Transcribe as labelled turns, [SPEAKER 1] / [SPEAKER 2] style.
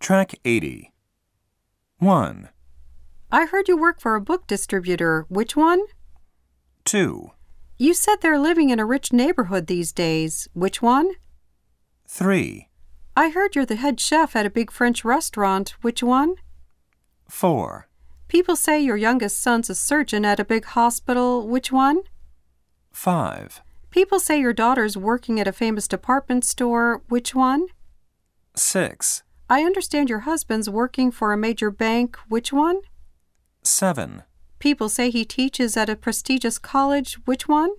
[SPEAKER 1] Track 80. 1,
[SPEAKER 2] I heard you work for a book distributor. Which one?
[SPEAKER 1] 2,
[SPEAKER 2] You said they're living in a rich neighborhood these days. Which one?
[SPEAKER 1] 3,
[SPEAKER 2] I heard you're the head chef at a big French restaurant. Which one?
[SPEAKER 1] 4,
[SPEAKER 2] People say your youngest son's a surgeon at a big hospital. Which one?
[SPEAKER 1] 5,
[SPEAKER 2] People say your daughter's working at a famous department store. Which one?
[SPEAKER 1] 6,
[SPEAKER 2] I understand your husband's working for a major bank. Which one?
[SPEAKER 1] 7,
[SPEAKER 2] People say he teaches at a prestigious college. Which one?